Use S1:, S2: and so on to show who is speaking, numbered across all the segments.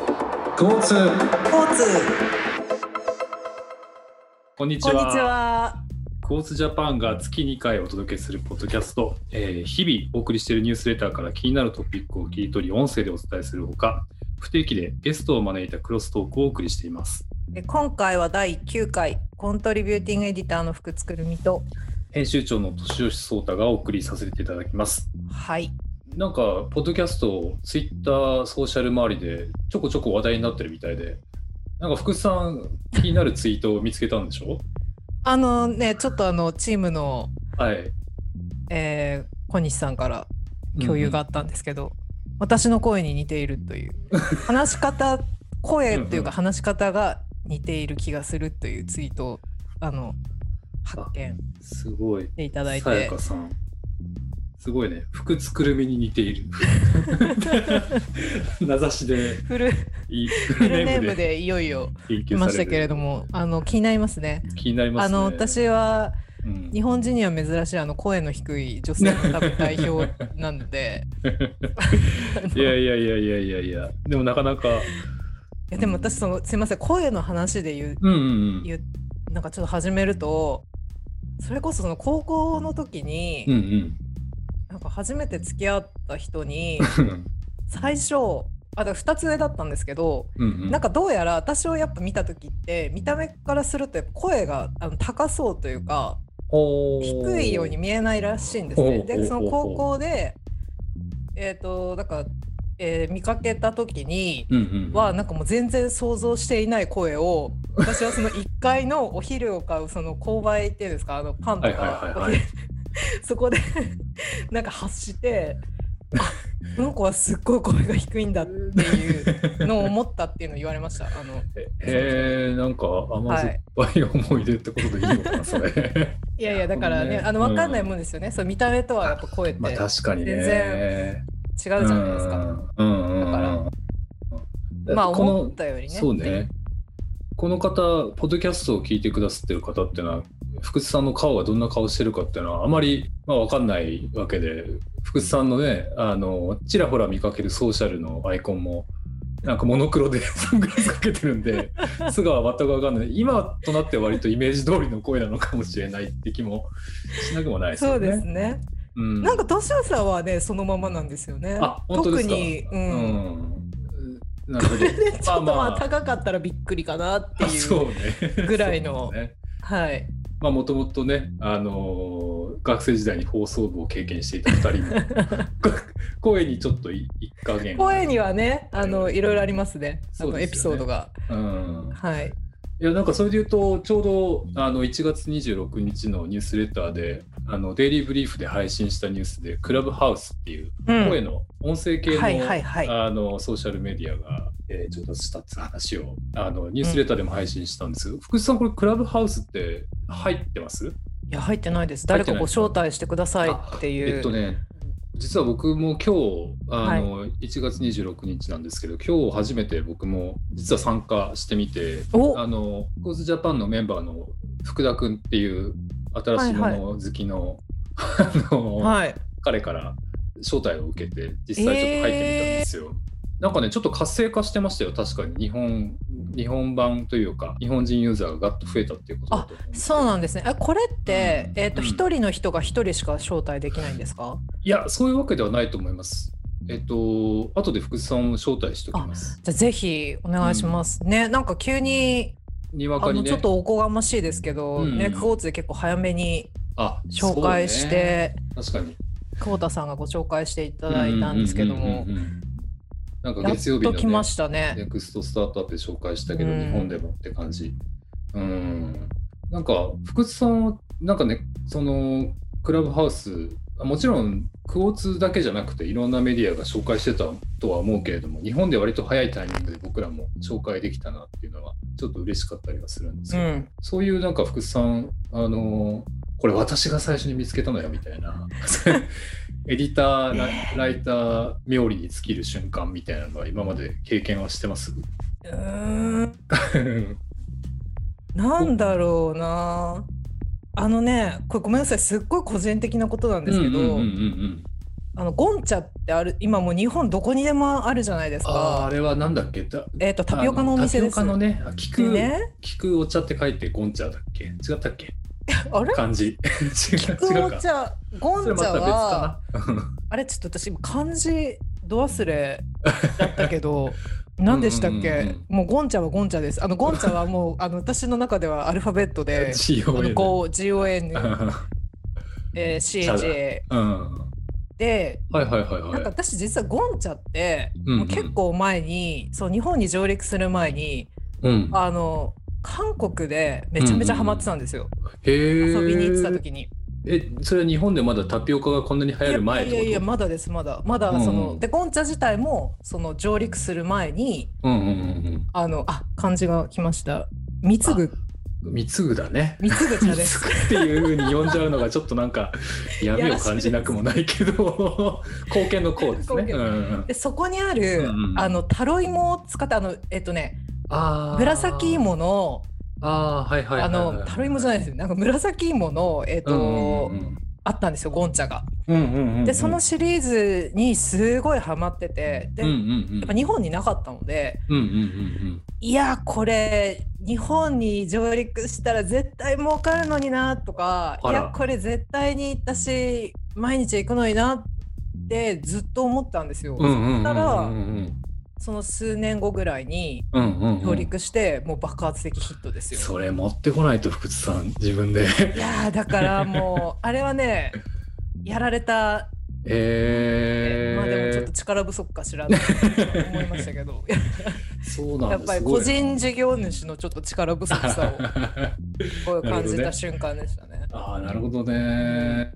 S1: 交通
S2: 交通
S3: こんにち
S2: こん
S3: は。
S2: にちは
S3: コースジャパンが月2回お届けするポッドキャスト、えー日々お送りしているニュースレターから気になるトピックを切り取り、音声でお伝えするほか、不定期でゲストを招いたクロストークをお送りしています。
S2: え今回は第9回コントリビューティングエディターの福津くるみと
S3: 編集長の年吉聡太がお送りさせていただきます。
S2: はい
S3: なんか、ポッドキャスト、ツイッター、ソーシャル周りでちょこちょこ話題になってるみたいで、なんか福さん、気になるツイートを見つけたんでしょ
S2: あのねちょっとあのチームの、
S3: はい。
S2: えー小西さんから共有があったんですけど、私の声に似ているという話し方声という
S3: うんうん
S2: か話し方が似ている気がするというツイートをあの発見し
S3: うん。すごい。
S2: ていただい
S3: さや
S2: て
S3: かさん。すごいね。服つくるみに似てい る。名指しで、
S2: フル
S3: いいフ
S2: フルネームでいよいよ
S3: 言
S2: 来
S3: 及さ
S2: ま
S3: れ
S2: してたけれど。もあの気になりますね
S3: 気になりますね。
S2: あの私は
S3: うん、
S2: 日本人には珍しいあの声の低い女性の多分代表なの で
S3: いやいやいやいやいやいや、でもなかなか。
S2: いやでも私そのすいません声の話で言う
S3: うんうんうん。
S2: 言うなんかちょっと始めるとそれこそその高校の時に、
S3: うんうん。
S2: なんか初めて付き合った人に最初あだから2つ上だったんですけど、
S3: うんうん。
S2: なんかどうやら私をやっぱ見た時って見た目からするとやっぱ声があの高そうというか
S3: ほー
S2: 低いように見えないらしいんですね。
S3: ほうほう
S2: でその
S3: ほうほう
S2: 高校でえっ、とだから、えー見かけた時に
S3: うんうん。
S2: はなんかもう全然想像していない声を私はその1階のお昼を買うその購買っていうんですかあのパンと
S3: はいはい
S2: か
S3: はいはい
S2: そこで なんか発してあこの子はすっごい声が低いんだっていうのを思ったっていうのを言われました。あの
S3: えー、なんか甘酸っぱい思い出ってことでいいのかな、そ れ。
S2: いやいやだから
S3: なる
S2: ね
S3: ほどね
S2: あの分かんないもんですよね、そう見た目とはやっぱ声って
S3: まあ
S2: 違うじ
S3: 確かにね。
S2: 全然ゃないですか。
S3: うんうんうんうん。
S2: だから
S3: だって
S2: まあ
S3: この
S2: 思ったよりね。
S3: そうね。この方、ポッドキャストを聞いてくださってる方っていうのは、福津さんの顔がどんな顔してるかっていうのは、あまり、まあ、わかんないわけで、福津さんのね、あの、ちらほら見かけるソーシャルのアイコンも、なんかモノクロでサングラスかけてるん で、素顔は全くわかんない。今となっては割とイメージ通りの声なのかもしれないって気もしなくもないです
S2: そ
S3: よ
S2: う
S3: ね。
S2: ですね。
S3: うん
S2: なんか年尾さんはねそのままなんですよね。
S3: あ、本当ですか。
S2: 特に、う。
S3: うんん。なるほど。
S2: でちょっと
S3: まあま
S2: ま
S3: あ
S2: あ高かったらびっくりかなって
S3: あ
S2: いう。
S3: そうね。
S2: ぐらい
S3: そ
S2: の
S3: うね
S2: はい。
S3: まあもともとね、あのー学生時代に放送部を経験していた2人 の声にちょっとい一加減
S2: 声にはねあのいろいろありますね。あ
S3: そう
S2: の
S3: ですよね
S2: エピソードが
S3: うん、
S2: はい。
S3: いやなんかそれで言うとちょうどあの1月26日のニュースレターであのデイリーブリーフで配信したニュースでクラブハウスっていう
S2: うん
S3: 声の音声系の,、
S2: はいはいはい
S3: あのソーシャルメディアが、えー、上達したって話をあのニュースレターでも配信したんです、福士さんこれクラブハウスって入ってます
S2: いや入ってないです。
S3: 入っ
S2: 誰
S3: て
S2: か
S3: ない
S2: ご招待してくださいっていう。
S3: えっとね、実は僕も今日あの、1月26日なんですけど、今日初めて僕も実は参加してみて、
S2: お
S3: あのコーズジャパンのメンバーの福田君っていう新しいもの好きの,、あの
S2: はい。
S3: 彼から招待を受けて実際ちょっと入ってみたんですよ。なんかねちょっと活性化してましたよ確かに日本日本版というか日本人ユーザーがガッと増えたっていうことだと思うんですけど
S2: そうなんですね。あこれって、
S3: うん
S2: えっ、と
S3: うん
S2: 一、人の人が一人しか招待できないんですか？
S3: いや、そういうわけではないと思います。えっと、後で福士さんを招待しておきます。
S2: じゃあぜひお願いします、ね。なんか急に
S3: にわ
S2: あ
S3: か
S2: の
S3: に
S2: ちょっ
S3: ね。
S2: とおこがましいですけど、
S3: うん
S2: ねクォーツで結構早めに
S3: あ、
S2: 紹介し
S3: そうね。
S2: て、
S3: 確かに。い
S2: 久保田さんがご紹介していただいたんですけども、。
S3: なんか
S2: やっ
S3: 月曜日
S2: と
S3: の、
S2: 来
S3: ね
S2: ま、したね。
S3: ネクストスタートアップで紹介したけど、
S2: うん
S3: 日本でもって感じ。うん。なんか、福士さんは、なんかね、その、クラブハウス、あもちろん、クォーツだけじゃなくて、いろんなメディアが紹介してたとは思うけれども、日本で割と早いタイミングで僕らも紹介できたなっていうのは、ちょっと嬉しかったりはするんです
S2: う
S3: けど、
S2: ん、
S3: そういうなんか福士さん、あのーこれ私が最初に見つけたのよみたいな エディターラライター冥利に尽きる瞬間みたいなのは今まで経験はしてます
S2: うーんなんだろうなあのねこれごめんなさいすっごい個人的なことなんですけど、
S3: うんうんうんうん
S2: あのゴンチャってある今もう日本どこにでもあるじゃないです
S3: あーあ
S2: か。
S3: れはなんだっけだ
S2: えっ、とタピオカのお店です。
S3: あのタピオカのね、あ聞
S2: で
S3: く、
S2: ね、
S3: 聞くお茶って書いてゴンチャだっけ違ったっけ
S2: あれ？
S3: 漢 字。違う違
S2: 菊
S3: う
S2: お
S3: か。
S2: 茶ゴン
S3: そ
S2: チ
S3: れまた
S2: ャ
S3: 別
S2: は
S3: かな。
S2: あれちょっと私今漢字ど忘れだった けど何でしたっけ、
S3: うんうんうん
S2: もうゴンチャはゴンチャですあのゴンチャはもうあの私の中ではアルファベットであ
S3: GON
S2: の こう GON
S3: う
S2: えー
S3: チャ
S2: CHA
S3: ん。は
S2: で
S3: いはいはい
S2: なんか
S3: は
S2: 私実はゴンチャって、
S3: うんうん
S2: もう結構前にそう日本に上陸する前に
S3: い。うん。
S2: あの韓国でめちゃめちゃハマってたんですよ、
S3: へえ。
S2: 遊びに行ってた時に。
S3: え、それは日本でまだタピオカがこんなに流行る前ってこ
S2: い
S3: と
S2: やいやいやまだですまだまだその、
S3: うん
S2: でゴンチャ自体もその上陸する前に
S3: うんうんうん
S2: あのあ漢字が来ました貢
S3: う
S2: ぐ
S3: ん。貢ぐだね。
S2: 貢ぐ茶で
S3: 貢
S2: す
S3: ぐっていう風に呼んじゃうのがちょっとなんかやべえを感じなくもないけ ど、貢献の貢ですね。
S2: 貢
S3: う
S2: 献
S3: んうん
S2: でそこにある、
S3: うんうん
S2: あのタロイモを使ってあのえっとね
S3: あー
S2: 紫。芋の
S3: ああはいはい
S2: あ
S3: はいはい。
S2: のタロイモじゃないですよなんか紫芋のえっと、
S3: うんうん
S2: あったんですよゴンチャが。
S3: うんうんうんうん。
S2: でそのシリーズにすごいハマっててで、
S3: うんう
S2: や
S3: んうん。
S2: っぱ日本になかったので
S3: うんうんうん
S2: いやこれ日本に上陸したら絶対儲かるのになとかい
S3: あら
S2: やこれ絶対に私毎日行くのになってずっと思ったんですよ。
S3: うん。うんうんうんうんうん。
S2: そしたらその数年後ぐらいに
S3: うんうんうん。
S2: 上陸して、もう爆発的ヒットですよ。
S3: それ持ってこないと福津さん自分 で
S2: いやーだか らもうあれはねやられた、
S3: えー、
S2: まあでもちょっと力不足かしらと思いましたけど
S3: そう
S2: や
S3: な
S2: っ
S3: んだ
S2: ぱり個人事業主のちょっと力不足 さをすごい感じた瞬間でしたね。
S3: ああーなるほどね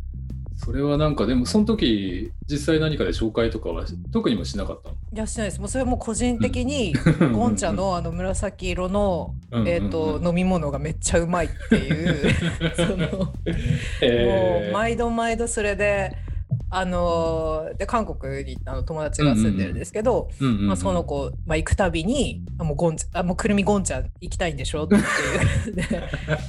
S3: それはなんかでもその時実際何かで紹介とかは特にもしなかったの
S2: いやしてないですもうそれはもう個人的に
S3: うん
S2: ゴンチャのあの紫色の、
S3: うんうん
S2: えー、と飲み物がめっちゃうまいっていう そのも
S3: え
S2: う
S3: ー
S2: 毎度毎度それで。あのーで韓国にあの友達が住んでるんですけど、
S3: うんうんうん
S2: まあ、その子、まあ、行くたびに「あもうゴンチャあもうくるみゴンチャ行きたいんでしょ?」っ ていうでだか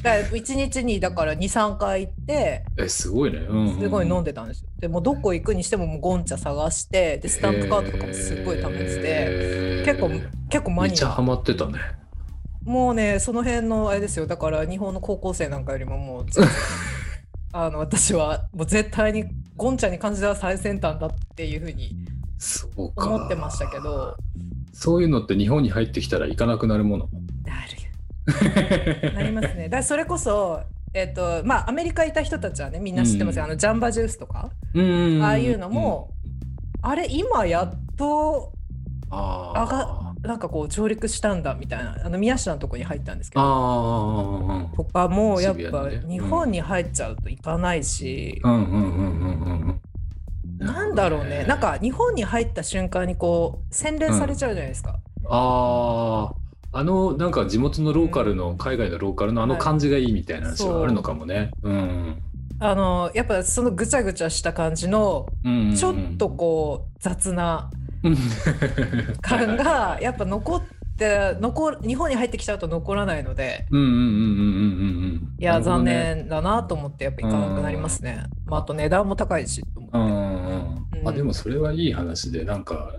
S2: ら1日にだから23回行って
S3: えすごいね、うんうん
S2: すごい飲んでたんですよでもうどこ行くにしてももうゴンチャ探してでスタンプカードとかもすっごい貯めてて
S3: て
S2: 結構結構マ
S3: め
S2: ニ
S3: ちゃ
S2: ア
S3: ハマってたね
S2: もうねその辺のあれですよだから日本の高校生なんかよりももう 全然あの私はもう絶対にゴンチャに関しては最先端だっていうふうに
S3: そうか
S2: 思ってましたけど
S3: そういうのって日本に入ってきたら行かなくなるもの
S2: なるよなります ね。だからそれこそ、えっとまあ、アメリカいた人たちはねみんな知ってますよ、
S3: うん
S2: あのジャンバジュースとか、
S3: うん
S2: ああいうのも、あれ今やっと
S3: あ
S2: 上がなんかこう上陸したんだみたいなあの宮下のとこに入ったんですけど
S3: あ
S2: とかもうやっ
S3: 渋
S2: ぱ
S3: 谷のね
S2: 日本に入っちゃうと行かないし
S3: あ、、うんうんうんうんうんうん。
S2: なんだろうねなん、か日本に入った瞬間にこう洗練されちゃうじゃないですか。
S3: ああ、あの、なんか地元のローカルの、海外のローカルのあの感じがいいみたいな話はあるのかもね。うん。
S2: あのやっぱそのぐちゃぐちゃした感じの
S3: うん
S2: ちょっとこう雑な
S3: うん
S2: 感がやっぱ残って残日本に入ってきちゃうと残らないので
S3: うんうんうんうんうんうん。
S2: いや、
S3: なるほど
S2: 残
S3: ね。
S2: 念だなと思ってやっぱ行かなくなりますね、まあ、あと値段も高いしと思って、
S3: うんうんうん。
S2: う
S3: あ
S2: ん
S3: でもそれはいい話でなんか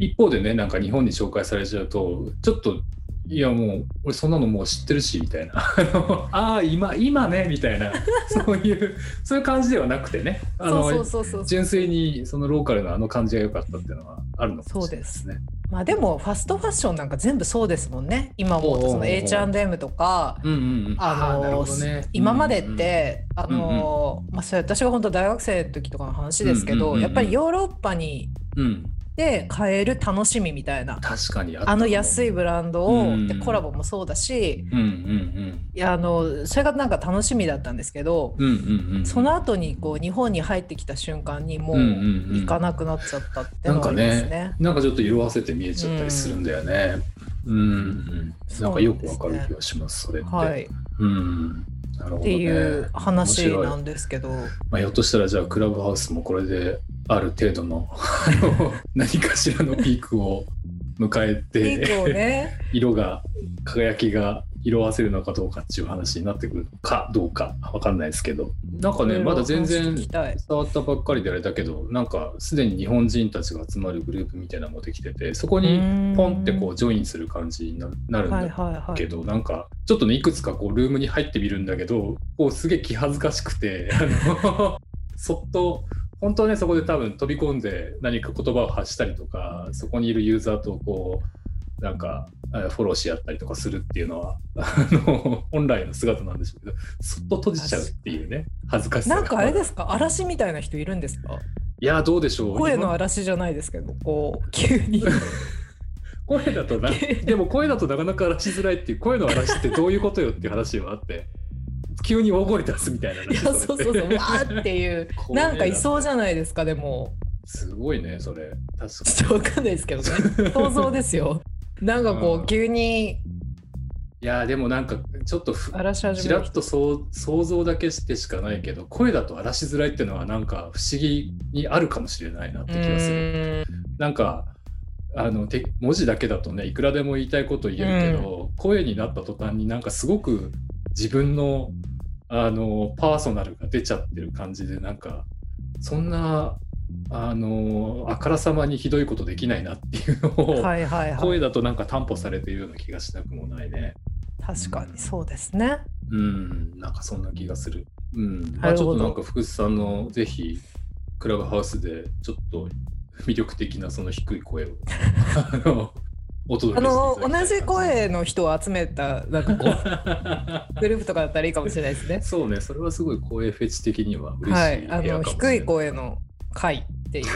S3: 一方でねなんか日本に紹介されちゃうとちょっといやもう俺そんなのもう知ってるしみ たいなあのあー今今ねみたいな そういうそういう感じではなくてねあの
S2: そうそうそうそう
S3: 純粋にそのローカルのあの感じが良かったっていうのはあるのかもしれないですね。
S2: まあでもファストファッションなんか全部そうですもんね今
S3: おうお
S2: も
S3: うおう
S2: その H&M とか
S3: うんうんうん
S2: あ
S3: ーなるほ
S2: の
S3: どね
S2: 今までって、あのまあ、それ私が本当大学生の時とかの話ですけど、
S3: うんうんうんうん
S2: やっぱりヨーロッパに
S3: うんうんうん
S2: で買える楽しみみたいな
S3: 確かにあった
S2: あの安いブランドを、
S3: うん
S2: でコラボもそうだし、
S3: うんうん
S2: いやあのそれがなんか楽しみだったんですけど、
S3: うんうんうんうん
S2: その後にこう日本に入ってきた瞬間にもう
S3: うんうんうん
S2: 行かなくなっちゃったっていうのがありますね。
S3: なんかちょっと色あせて見えちゃったりするんだよね。うん、うんなんかよくわかる気がします、それって。
S2: はい、っ
S3: うん、なるほど、ね。
S2: ていう話なんですけど、
S3: まあ、ひょっとしたらじゃあクラブハウスもこれである程度のあの何かしらのピークを迎え
S2: ピー
S3: て
S2: クをね、
S3: 色が輝きが色あせるのかどうかっていう話になってくるかどうかわかんないですけど なんかねまだ全然
S2: 聞きたい
S3: 触ったばっかりであれだけどなんかすでに日本人たちが集まるグループみたいなのもできててそこにポンってこうジョインする感じにななるん
S2: はい
S3: だ
S2: はいはい
S3: けど、なんかちょっとねいくつかこうルームに入ってみるんだけどこうすげえ気恥ずかしくて あのそっと本当はねそこで多分飛び込んで何か言葉を発したりとかそこにいるユーザーとこうなんかえーフォローし合ったりとかするっていうのはあの本来の姿なんでしょうけどそっと閉じちゃうっていうね恥ずかしさ
S2: な
S3: が
S2: んかあれですか嵐みたいな人いるんですか
S3: いやどうでしょう
S2: 声の嵐じゃないですけどこう 急に
S3: 声だとなでも声だとなかなか荒らしづらいっていう声の荒らしってどういうことよっていう話はあって急に大声出すみたいない
S2: やそうそうそうわーっ ていう
S3: 怖いな
S2: なんかいそうじゃないですかでも
S3: すごいねそれ確か
S2: ちょっとわかんないですけどね 想像ですよなんかこ
S3: うん
S2: う急に
S3: いやでもなんかちょっとふ
S2: 荒らし始
S3: ち
S2: め
S3: ら
S2: る
S3: っとそう想像だけしてしかないけど声だと荒らしづらいっていうのはなんか不思議にあるかもしれないなって気がする。
S2: る
S3: なんかあのて文字だけだとねいくらでも言いたいこと言えるけど、声になった途端になんかすごく自分のあのパーソナルが出ちゃってる感じでなんかそんなあのあからさまにひどいことできないなっていうのを、
S2: はいはいはい
S3: 声だとなんか担保されているような気がしなくもないね。
S2: 確かにそうですね
S3: うん、なんかそんな気がする。うん、ま
S2: な
S3: あ、
S2: る
S3: ちょ
S2: ほ
S3: っ
S2: ど
S3: となんか福士さんのぜひクラブハウスでちょっと 魅力的なその低い声を あのお届
S2: あ
S3: けしてい
S2: の
S3: ただきた
S2: 同
S3: い
S2: じ声の人を集めたなんか こう
S3: 感じ
S2: グループとかだったらいいかもしれないですね
S3: そうね、それはすごい声フェチ的には嬉しい部
S2: は
S3: 屋
S2: い
S3: か
S2: あ
S3: もしれない。
S2: の低い声の会っていう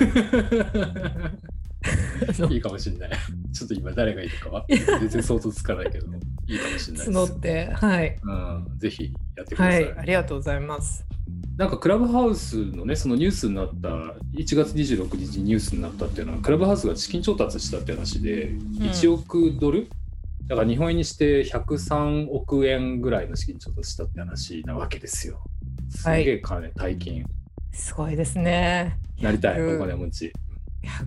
S2: の
S3: いいかもしれない。ちょっと今誰がいるかは全然想像つかないけど、いいかもしれないで
S2: 募
S3: す
S2: っ。てはい
S3: うん、ぜひやってくだ
S2: は
S3: さ
S2: いありがとうございます
S3: なんかクラブハウスのねそのニュースになった1月26日にニュースになったっていうのはクラブハウスが資金調達したって話で1億ドル、だから日本円にして103億円ぐらいの資金調達したって話なわけですよ。すげえ金、大金
S2: すごいですね
S3: なりたい
S2: 100
S3: お金持ち。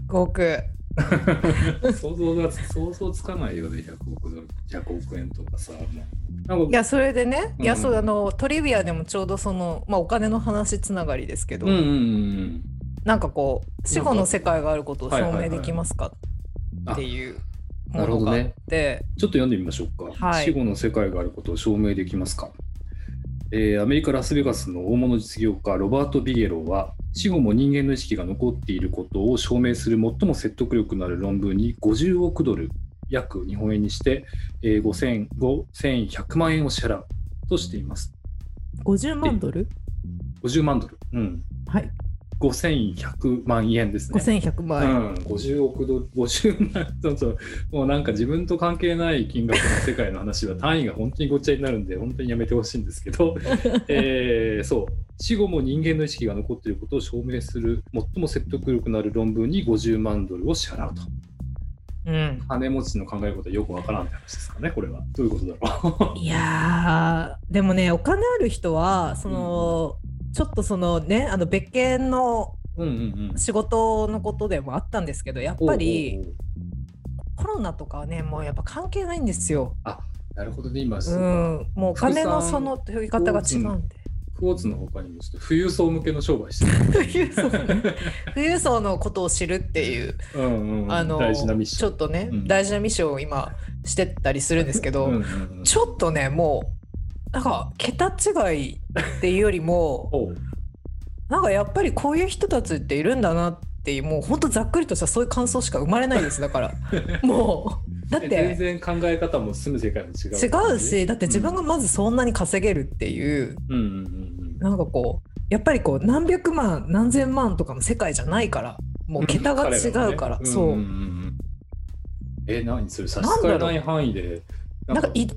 S2: 100億
S3: 想像が想像つかないよね100億ドル100億円とかさもうなん
S2: い
S3: か
S2: やそれでね、いうや
S3: ん
S2: そうあのトリビアでもちょうどその、まあ、お金の話つながりですけど、
S3: うんうんうん
S2: なんかこう死後の世界があることを証明できますか
S3: はいはいはい
S2: っていう
S3: あな
S2: も
S3: るほ
S2: の
S3: ど
S2: があ
S3: ね
S2: って、
S3: ちょっと読んでみましょうか、
S2: はい
S3: 死後の世界があることを証明できますか、えーアメリカ・ラスベガスの大物実業家ロバート・ビゲロは死後も人間の意識が残っていることを証明する最も説得力のある論文に50億ドル約日本円にして、えー5000 5100万円を支払うとしています
S2: 50万ドル
S3: 50万ドル、うん、
S2: はい
S3: 5100万円ですね
S2: 5100
S3: う
S2: 万円、
S3: ん、50億ドル、50万、 そうそう、もうなんか自分と関係ない金額の世界の話は単位が本当にごっちゃになるんで、本当にやめてほしいんですけ ど、えーそう、死後も人間の意識が残っていることを証明する、最も説得力のある論文に50万ドルを支払うと。
S2: うん
S3: 金持ちの考えることはよくわからんって話ですかね、これは。どういうことだろう。
S2: いやーでもねお金ある人はその、ちょっとそのねあの別件の
S3: うんうんうん。
S2: 仕事のことでもあったんですけどやっぱりコロナとかはねもうやっぱ関係ないんですよ。
S3: おうおうおうなるほどね、今、
S2: う、
S3: そうん
S2: もうお金のその呼び方が違うんで。
S3: クォーツの他にもちょっと富裕層向けの商売してる。
S2: 富裕層富裕層のことを知るっていう、
S3: うんうん、
S2: あの
S3: 大事なミッシ
S2: ち
S3: ョ
S2: ょ
S3: ン。
S2: っとね、
S3: うん
S2: 大事なミッションを今してったりするんですけど、
S3: うんうんうん
S2: ちょっとねもうなんか桁違いっていうよ りも
S3: おう
S2: なんかやっぱりこういう人たちっているんだなっていうもうほんとざっくりとしたそういう感想しか生まれないですだ からもうだっ
S3: 全
S2: て
S3: 然考え方も住む世界も違う
S2: 違うしだって自分がまずそんなに稼げるっていう。
S3: うんうんうん
S2: なんかこうやっぱりこう何百万何千万とかの世界じゃないからも
S3: う
S2: うん桁が違うから、
S3: 彼
S2: そう、
S3: んんんえ何それ差し
S2: なん
S3: 支
S2: だろ
S3: えな
S2: う
S3: い範囲で
S2: なんかい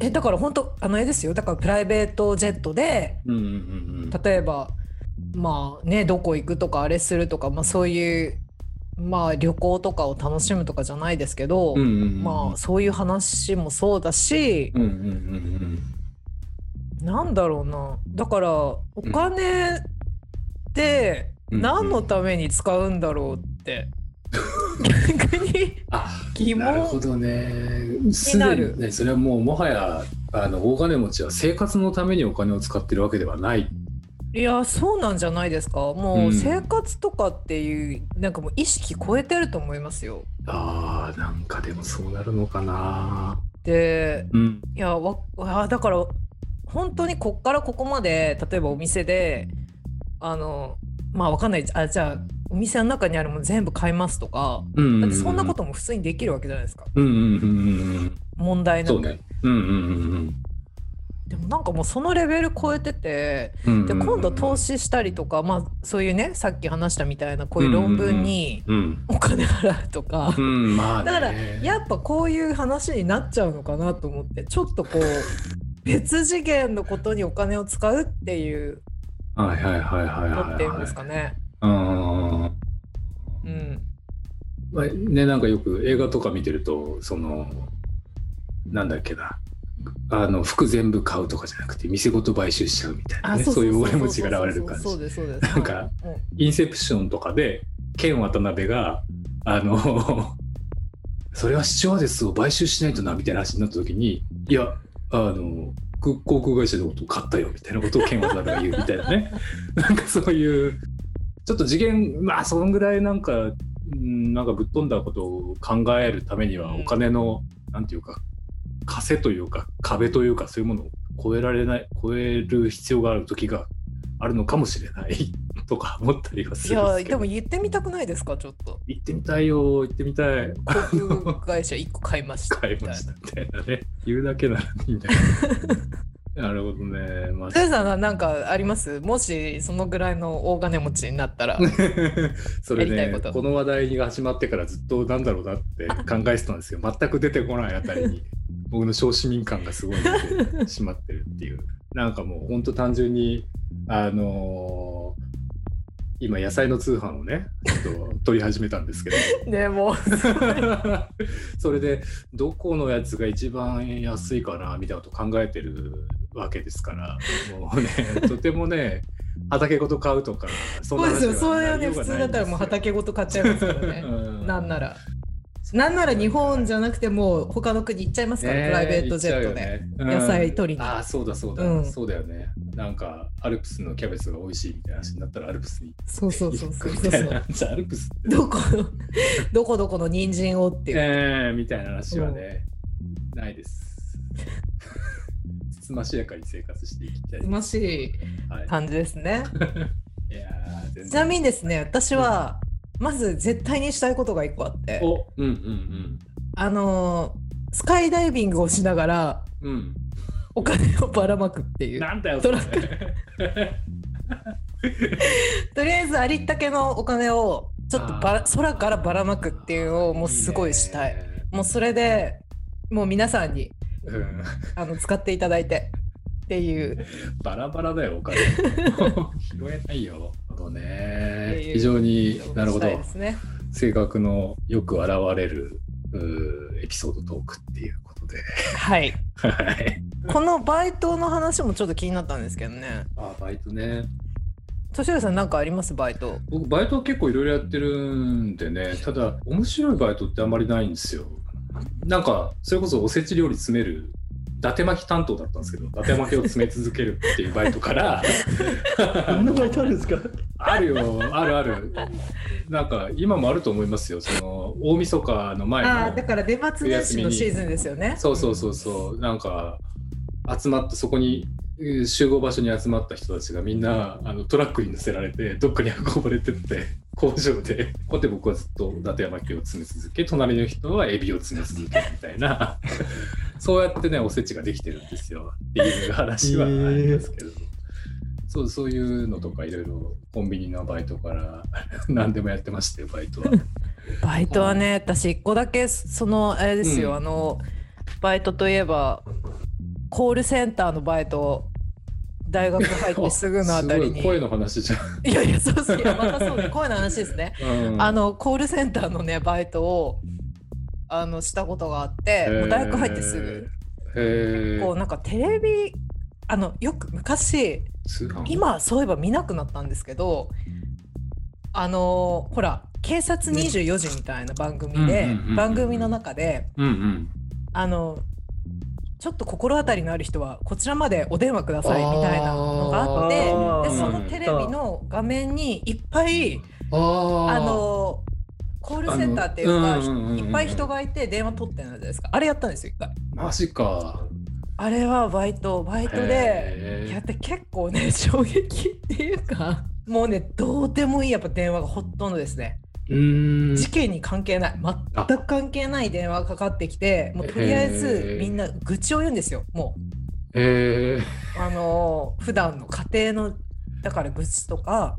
S2: えだから本当あの絵ですよだからプライベートジェットで
S3: うんうんうんうん
S2: 例えばまあねどこ行くとかあれするとか、まあ、そういう、まあ、旅行とかを楽しむとかじゃないですけど、
S3: うんうんうん
S2: まあそういう話もそうだし
S3: う、んうんうん
S2: なんだろうなだからお金って
S3: うん
S2: 何のために使うんだろうって、逆に
S3: あ
S2: 疑
S3: なる
S2: 問
S3: ほどねす
S2: にな
S3: で
S2: る
S3: にねそれはもうもはやあの大金持ちは生活のためにお金を使ってるわけではない
S2: いやそうなんじゃないですかもううん生活とかっていう、なんかもう意識超えてると思いますよ
S3: あーなんかでもそうなるのかな
S2: で
S3: うん
S2: いやわわだから本当にこっからここまで例えばお店であのまあわかんないあじゃあお店の中にあるもの全部買いますとか
S3: うんうん
S2: だ
S3: う
S2: ってそんなことも普通にできるわけじゃないですか
S3: うんうんうんうんうん
S2: 問題な
S3: そ
S2: く、
S3: うねうんうんうん
S2: でもなんかもうそのレベル超えてて
S3: うんうん
S2: で今度投資したりとか、まあ、そういうねさっき話したみたいなこういう論文に
S3: うん
S2: お金払うとか、
S3: うんまあね
S2: だからやっぱこういう話になっちゃうのかなと思ってちょっ とこう別次元のことにお金を使うっていう
S3: はいはいはいはい
S2: の
S3: はい
S2: っていうんですかね。
S3: うん
S2: うん、
S3: まあね、なんかよく映画とか見てるとそのなんだっけなあの服全部買うとかじゃなくて店ごと買収しちゃうみたいな、ね、そういう俺持ちが現れる感じ
S2: そうですそうです。
S3: なんか
S2: はい
S3: インセプションとかでケン渡辺があの それはシチュアーデスを買収しないとなみたいな話になった時にいやあのく航空会社のこと買ったよみたいなことをケン渡辺が言うみたいなね なんかそういうちょっと次元まあそのぐらいなんかうんなんかぶっ飛んだことを考えるためには
S2: うん
S3: お金の、なんていうか枷というか壁というかそういうものを超えられない超える必要がある時があるのかもしれない とか思ったりは
S2: うん
S3: す
S2: い
S3: るんで
S2: や
S3: すけ
S2: で
S3: ど
S2: も言ってみたくないですかちょっと
S3: 行ってみたいよ行ってみたい
S2: 航空会社一個買いました
S3: 買いましたみたいなね言うだけならいいんだけど なるほどねまあ
S2: トヨさんはなんかありますもしそのぐらいの大金持ちになっ たら
S3: それ
S2: やりたい
S3: ね
S2: こと
S3: この話題が始まってからずっとなんだろうなって考えてたんですけど全く出てこないあたり に僕の小市民感がすごい出てしまってるっていうなんかもうほんと単純にあのー今野菜の通販をねちょっと取り始めたんですけど
S2: ねもう
S3: それでどこのやつが一番安いかなみたいなこと考えてるわけですからもうね とてもね畑ごと買うとかそん
S2: そう
S3: な
S2: ですよそれはね
S3: 話に
S2: 普
S3: な
S2: 通
S3: り
S2: だ
S3: ようがないんで
S2: ったらもう
S3: すよ
S2: 畑ごと買っちゃいますからね
S3: う
S2: なんならなんなら日本じ
S3: ゃ
S2: ゃなくてもう他の国行っちゃいますから、プライベートジェットで、野菜取りに
S3: ああそうだそうだ、
S2: うん
S3: そうだよねなんかアルプスのキャベツが美味しいみたいな話になったらアルプスに
S2: そうそうそうそう
S3: 行く
S2: そ
S3: み
S2: う
S3: たいなじゃあアルプスって
S2: どこのどこどこの人参をっていう、
S3: ええみたいな話はね、ないです。 つつましやかに生活していきたい。
S2: うましい
S3: はい、
S2: 感じですね
S3: いやー全然
S2: ちなみにですね私はまず絶対にしたいことが一個あって
S3: おうんうん
S2: あのースカイダイビングをしながら
S3: うん。
S2: お金をばらまくって
S3: う
S2: い
S3: ん。
S2: う
S3: なんだよ、
S2: ト
S3: そ
S2: ラ
S3: れ。
S2: とりあえずありったけのお金をちょっとばら
S3: あー
S2: 空からばらまくっていうのをもうすごいしたい
S3: いね
S2: もうそれでもう皆さんに
S3: うん、
S2: あの使っていただいてっていう
S3: バラバラだよ、お 金。拾えないよ。なるほど
S2: って
S3: ね。
S2: いう
S3: 非常になるほ
S2: したい
S3: ど
S2: で。すね
S3: 性格のよく現れるうーエピソードトークっていうことで。
S2: はい
S3: はい。
S2: このバイトの話もちょっと気になったんですけどね。
S3: あ、バイトね。
S2: 年寄さんなんかありますバイト。
S3: 僕バイトは結構いろいろやってるんでねただ面白いバイトってあんまりないんですよなんかそれこそおせち料理詰める伊達巻き担当だったんですけど伊達巻きを詰め続けるっていうバイトから
S1: そんなバイトあるんですか
S3: あるよあるあるなんか今もあると思いますよその大晦日の前
S2: ああ
S3: の
S2: だから出松年始のシーズンですよね。
S3: そうそうそうそうなんか集まったそこにえー集合場所に集まった人たちがみんなあのトラックに乗せられてどっかに運ばれてって工場でこうやって僕はずっと伊達山家を詰め続け隣の人はエビを詰め続けるみたいなそうやってねおせちができてるんですよっていう話はありますけど。そうそういうのとかいろいろコンビニのバイトから何でもやってましてバイトは。
S2: バイトはね私一個だけそのあれですよ、
S3: うん
S2: あのバイトといえばコールセンターのバイト大学入って すぐのあたり
S3: すご
S2: に。
S3: い声の話じゃん。
S2: いやいやそうそういやまたそうね声の話ですね。
S3: うん
S2: あのコールセンターのねバイトをあのしたことがあって、もう大学入ってすぐ。
S3: へー。へ
S2: こう
S3: ー
S2: なんかテレビあのよく昔
S3: 通販
S2: 今はそういえば見なくなったんですけどあのほら警察24時みたいな番組で、
S3: うんうんうんうん
S2: 番組の中で、
S3: うんうん。
S2: あの、ちょっと心当たりのある人はこちらまでお電話くださいみたいなのがあって
S1: あ
S2: で
S1: ー
S2: そのテレビの画面にいっぱい
S3: あ
S2: あ
S3: あ
S2: のコールセンターっていうか
S3: あのうんうんうんうん
S2: いっぱい人がいて電話取ってるじゃないですかあれやったんですよ一回
S3: マジか。
S2: あれはバイトバイトで
S3: へー
S2: いやって結構ね 衝撃っていうかもうねどうでもいいやっぱ電話がほとんどですね
S3: うーん。
S2: 事件に関係ない全く関係ない電話がかかってきてもうとりあえず
S3: へー
S2: みんな愚痴を言うんですよも
S3: へ
S2: うあの普段の家庭のだから愚痴とか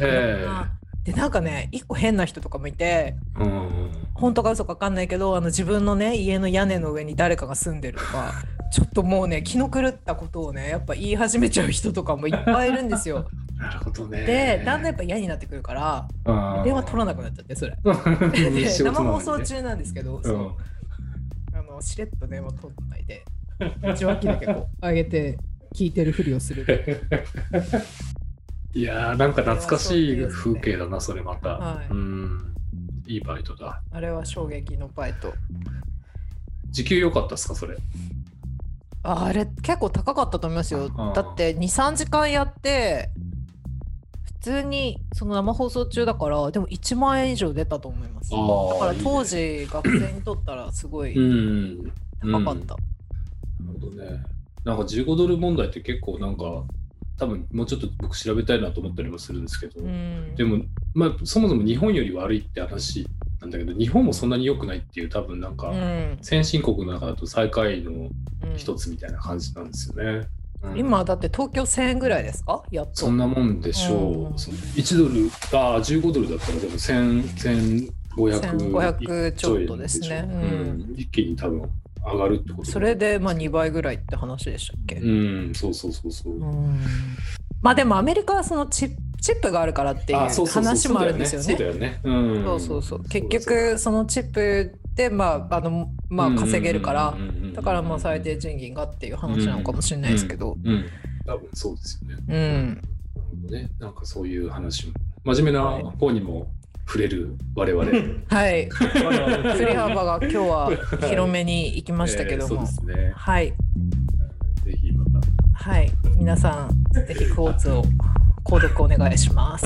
S3: え。へ
S2: でなんかね一個変な人とかもいて
S3: え。うん。
S2: 本当か嘘か分かんないけどあの自分のね家の屋根の上に誰かが住んでると かちょっともうね気の狂ったことをねやっぱ言い始めちゃう人とかもいっぱいいるんです よ。
S3: なるほどね。
S2: でだんだんやっぱ嫌になってくるから
S3: 電
S2: 電話取らなくなっちゃ ってそれ。
S3: ら
S2: で生放送中なんですけど、
S3: う
S2: そ
S3: ん
S2: うあのしれっと電話取らないで 受話器だけこう上げて聞いてるふりをす る。
S3: いやーなんか懐かしい風景だなそれまた、
S2: はい
S3: うんいいバイトだ
S2: あれは衝撃のバイト。
S3: 時給良かったっすかそれ
S2: ああれ結構高かったと思います
S3: う
S2: よ
S3: ん。
S2: だって23時間やって普通にその生放送中だからでも1万円以上出たと思います。
S3: あー
S2: だから当時
S3: い
S2: 学生にとったらすご
S3: いね
S2: い
S3: うんな
S2: 高かった。
S3: るほどねなんか15ドル問題って結構なんか多分もうちょっと僕調べたいなと思ったりもするんですけど、
S2: うん
S3: でもまあそもそも日本より悪いって話なんだけど日本もそんなに良くないっていう多分なんか、
S2: うん
S3: 先進国の中だと最下位の
S2: うん
S3: 一つみたいな感じなんですよね。うん
S2: 今だって東京1000円ぐらいですかやっと。
S3: そんなもんでしょ
S2: うん
S3: う。その1ドル、ああ、15ドルだったら、でも1000 1500
S2: 1500ちょっとですね
S3: うん一気に多分上がるってこと
S2: それでまあ2倍ぐらいって話でしたっけ、
S3: うん、そうそうそうそう。
S2: うんまあでもアメリカはそのチップチップがあるからってい
S3: あそううそうそう
S2: 話もあるんですよ
S3: そう
S2: ね
S3: だ。よね。そうだよねん
S2: そうそうそう結
S3: そうだ
S2: 局そのチップでまああのまあ稼げるから
S3: うんうんうんうんうん
S2: だからまあ最低賃金がっていう話なのかもしれないですけど
S3: うん、多分そうですよね。
S2: うん、
S3: なるほどね。なんかそういう話も、真面目な方にも触れる我 々。
S2: はい振
S1: 振
S2: り幅が今日は広めに行きましたけど
S3: えーそう
S2: も、
S3: ですね。
S2: はい
S3: ぜひまた。
S2: はい皆さんぜひクォーツを購読お願いします。